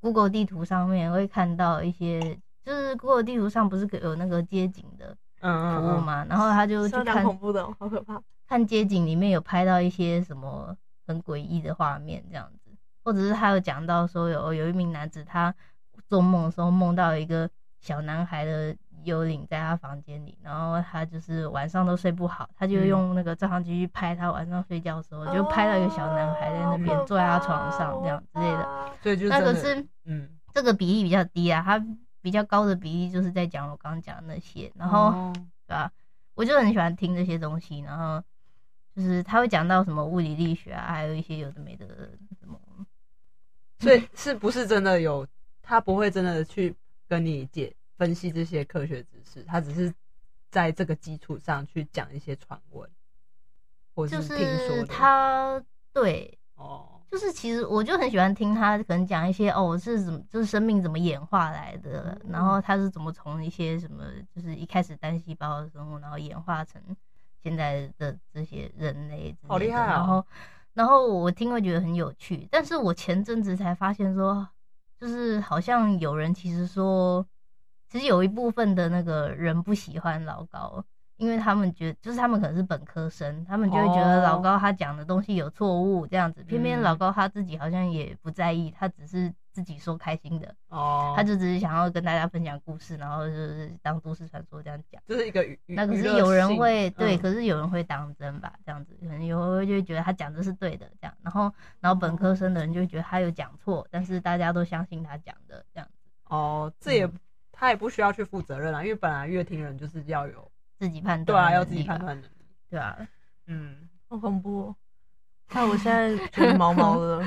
Speaker 5: Google 地图上面会看到一些，就是 Google 地图上不是有那个街景的服
Speaker 3: 嗯
Speaker 5: 务
Speaker 3: 嗯嗯，
Speaker 5: 嘛，然后他就
Speaker 4: 是
Speaker 5: 去
Speaker 4: 有点
Speaker 5: 看
Speaker 4: 恐怖的、哦，好可怕。
Speaker 5: 看街景里面有拍到一些什么很诡异的画面这样子，或者是他有讲到说有哦有一名男子他做梦的时候梦到一个小男孩的幽灵在他房间里，然后他就是晚上都睡不好，他就
Speaker 3: 嗯
Speaker 5: 用那个照相机去拍他晚上睡觉的时
Speaker 4: 哦
Speaker 5: 候，就拍到一个小男孩在那
Speaker 4: 啊
Speaker 5: 边坐在他床上这样之类的。
Speaker 4: 的。
Speaker 3: 所以就是
Speaker 5: 那
Speaker 3: 真
Speaker 5: 可
Speaker 3: 的
Speaker 5: 是
Speaker 3: 嗯，
Speaker 5: 这个比例比较低啊，他比较高的比例就是在讲我刚刚讲的那些，然后。
Speaker 3: 哦
Speaker 5: 对啊，我就很喜欢听这些东西，然后就是他会讲到什么物理力学啊，还有一些有的没的什么，
Speaker 3: 所以是不是真的有？他不会真的去跟你解分析这些科学知识，他只是在这个基础上去讲一些传闻。或者
Speaker 5: 就是
Speaker 3: 听说
Speaker 5: 是
Speaker 3: 的？
Speaker 5: 他对，
Speaker 3: 哦，
Speaker 5: 就是其实我就很喜欢听他可能讲一些哦是怎么就是生命怎么演化来的，
Speaker 3: 嗯
Speaker 5: 然后他是怎么从一些什么就是一开始单细胞的生物，然后演化成现在的这些人类之类的
Speaker 3: 好厉害哦
Speaker 5: 然后然后我听会觉得很有趣，但是我前阵子才发现说，就是好像有人其实说，其实有一部分的那个人不喜欢老高。因为他们觉就是他们可能是本科生，他们就会觉得
Speaker 3: 哦
Speaker 5: 老高他讲的东西有错误这样子，偏偏
Speaker 3: 嗯
Speaker 5: 老高他自己好像也不在意，他只是自己说开心的，
Speaker 3: 哦，
Speaker 5: 他就只是想要跟大家分享故事，然后就是当都市传说这样讲。
Speaker 3: 就是一个娱娱
Speaker 5: 那可
Speaker 3: 娱
Speaker 5: 是
Speaker 3: 乐
Speaker 5: 有人
Speaker 3: 性
Speaker 5: 会对，
Speaker 3: 嗯
Speaker 5: 可是有人会当真吧？这样子，可能有人会就会觉得他讲的是对的，这样。然后，然后本科生的人就会觉得他有讲错，但是大家都相信他讲的这样子，
Speaker 3: 哦，这也
Speaker 5: 嗯
Speaker 3: 他也不需要去负责任啊啦，因为本来乐听人就是要有
Speaker 5: 自己判断。
Speaker 3: 对啊，要自己判，断能力。
Speaker 5: 对啊。
Speaker 3: 嗯， [LAUGHS]
Speaker 4: 好恐怖、哦！那我现在觉得毛毛的，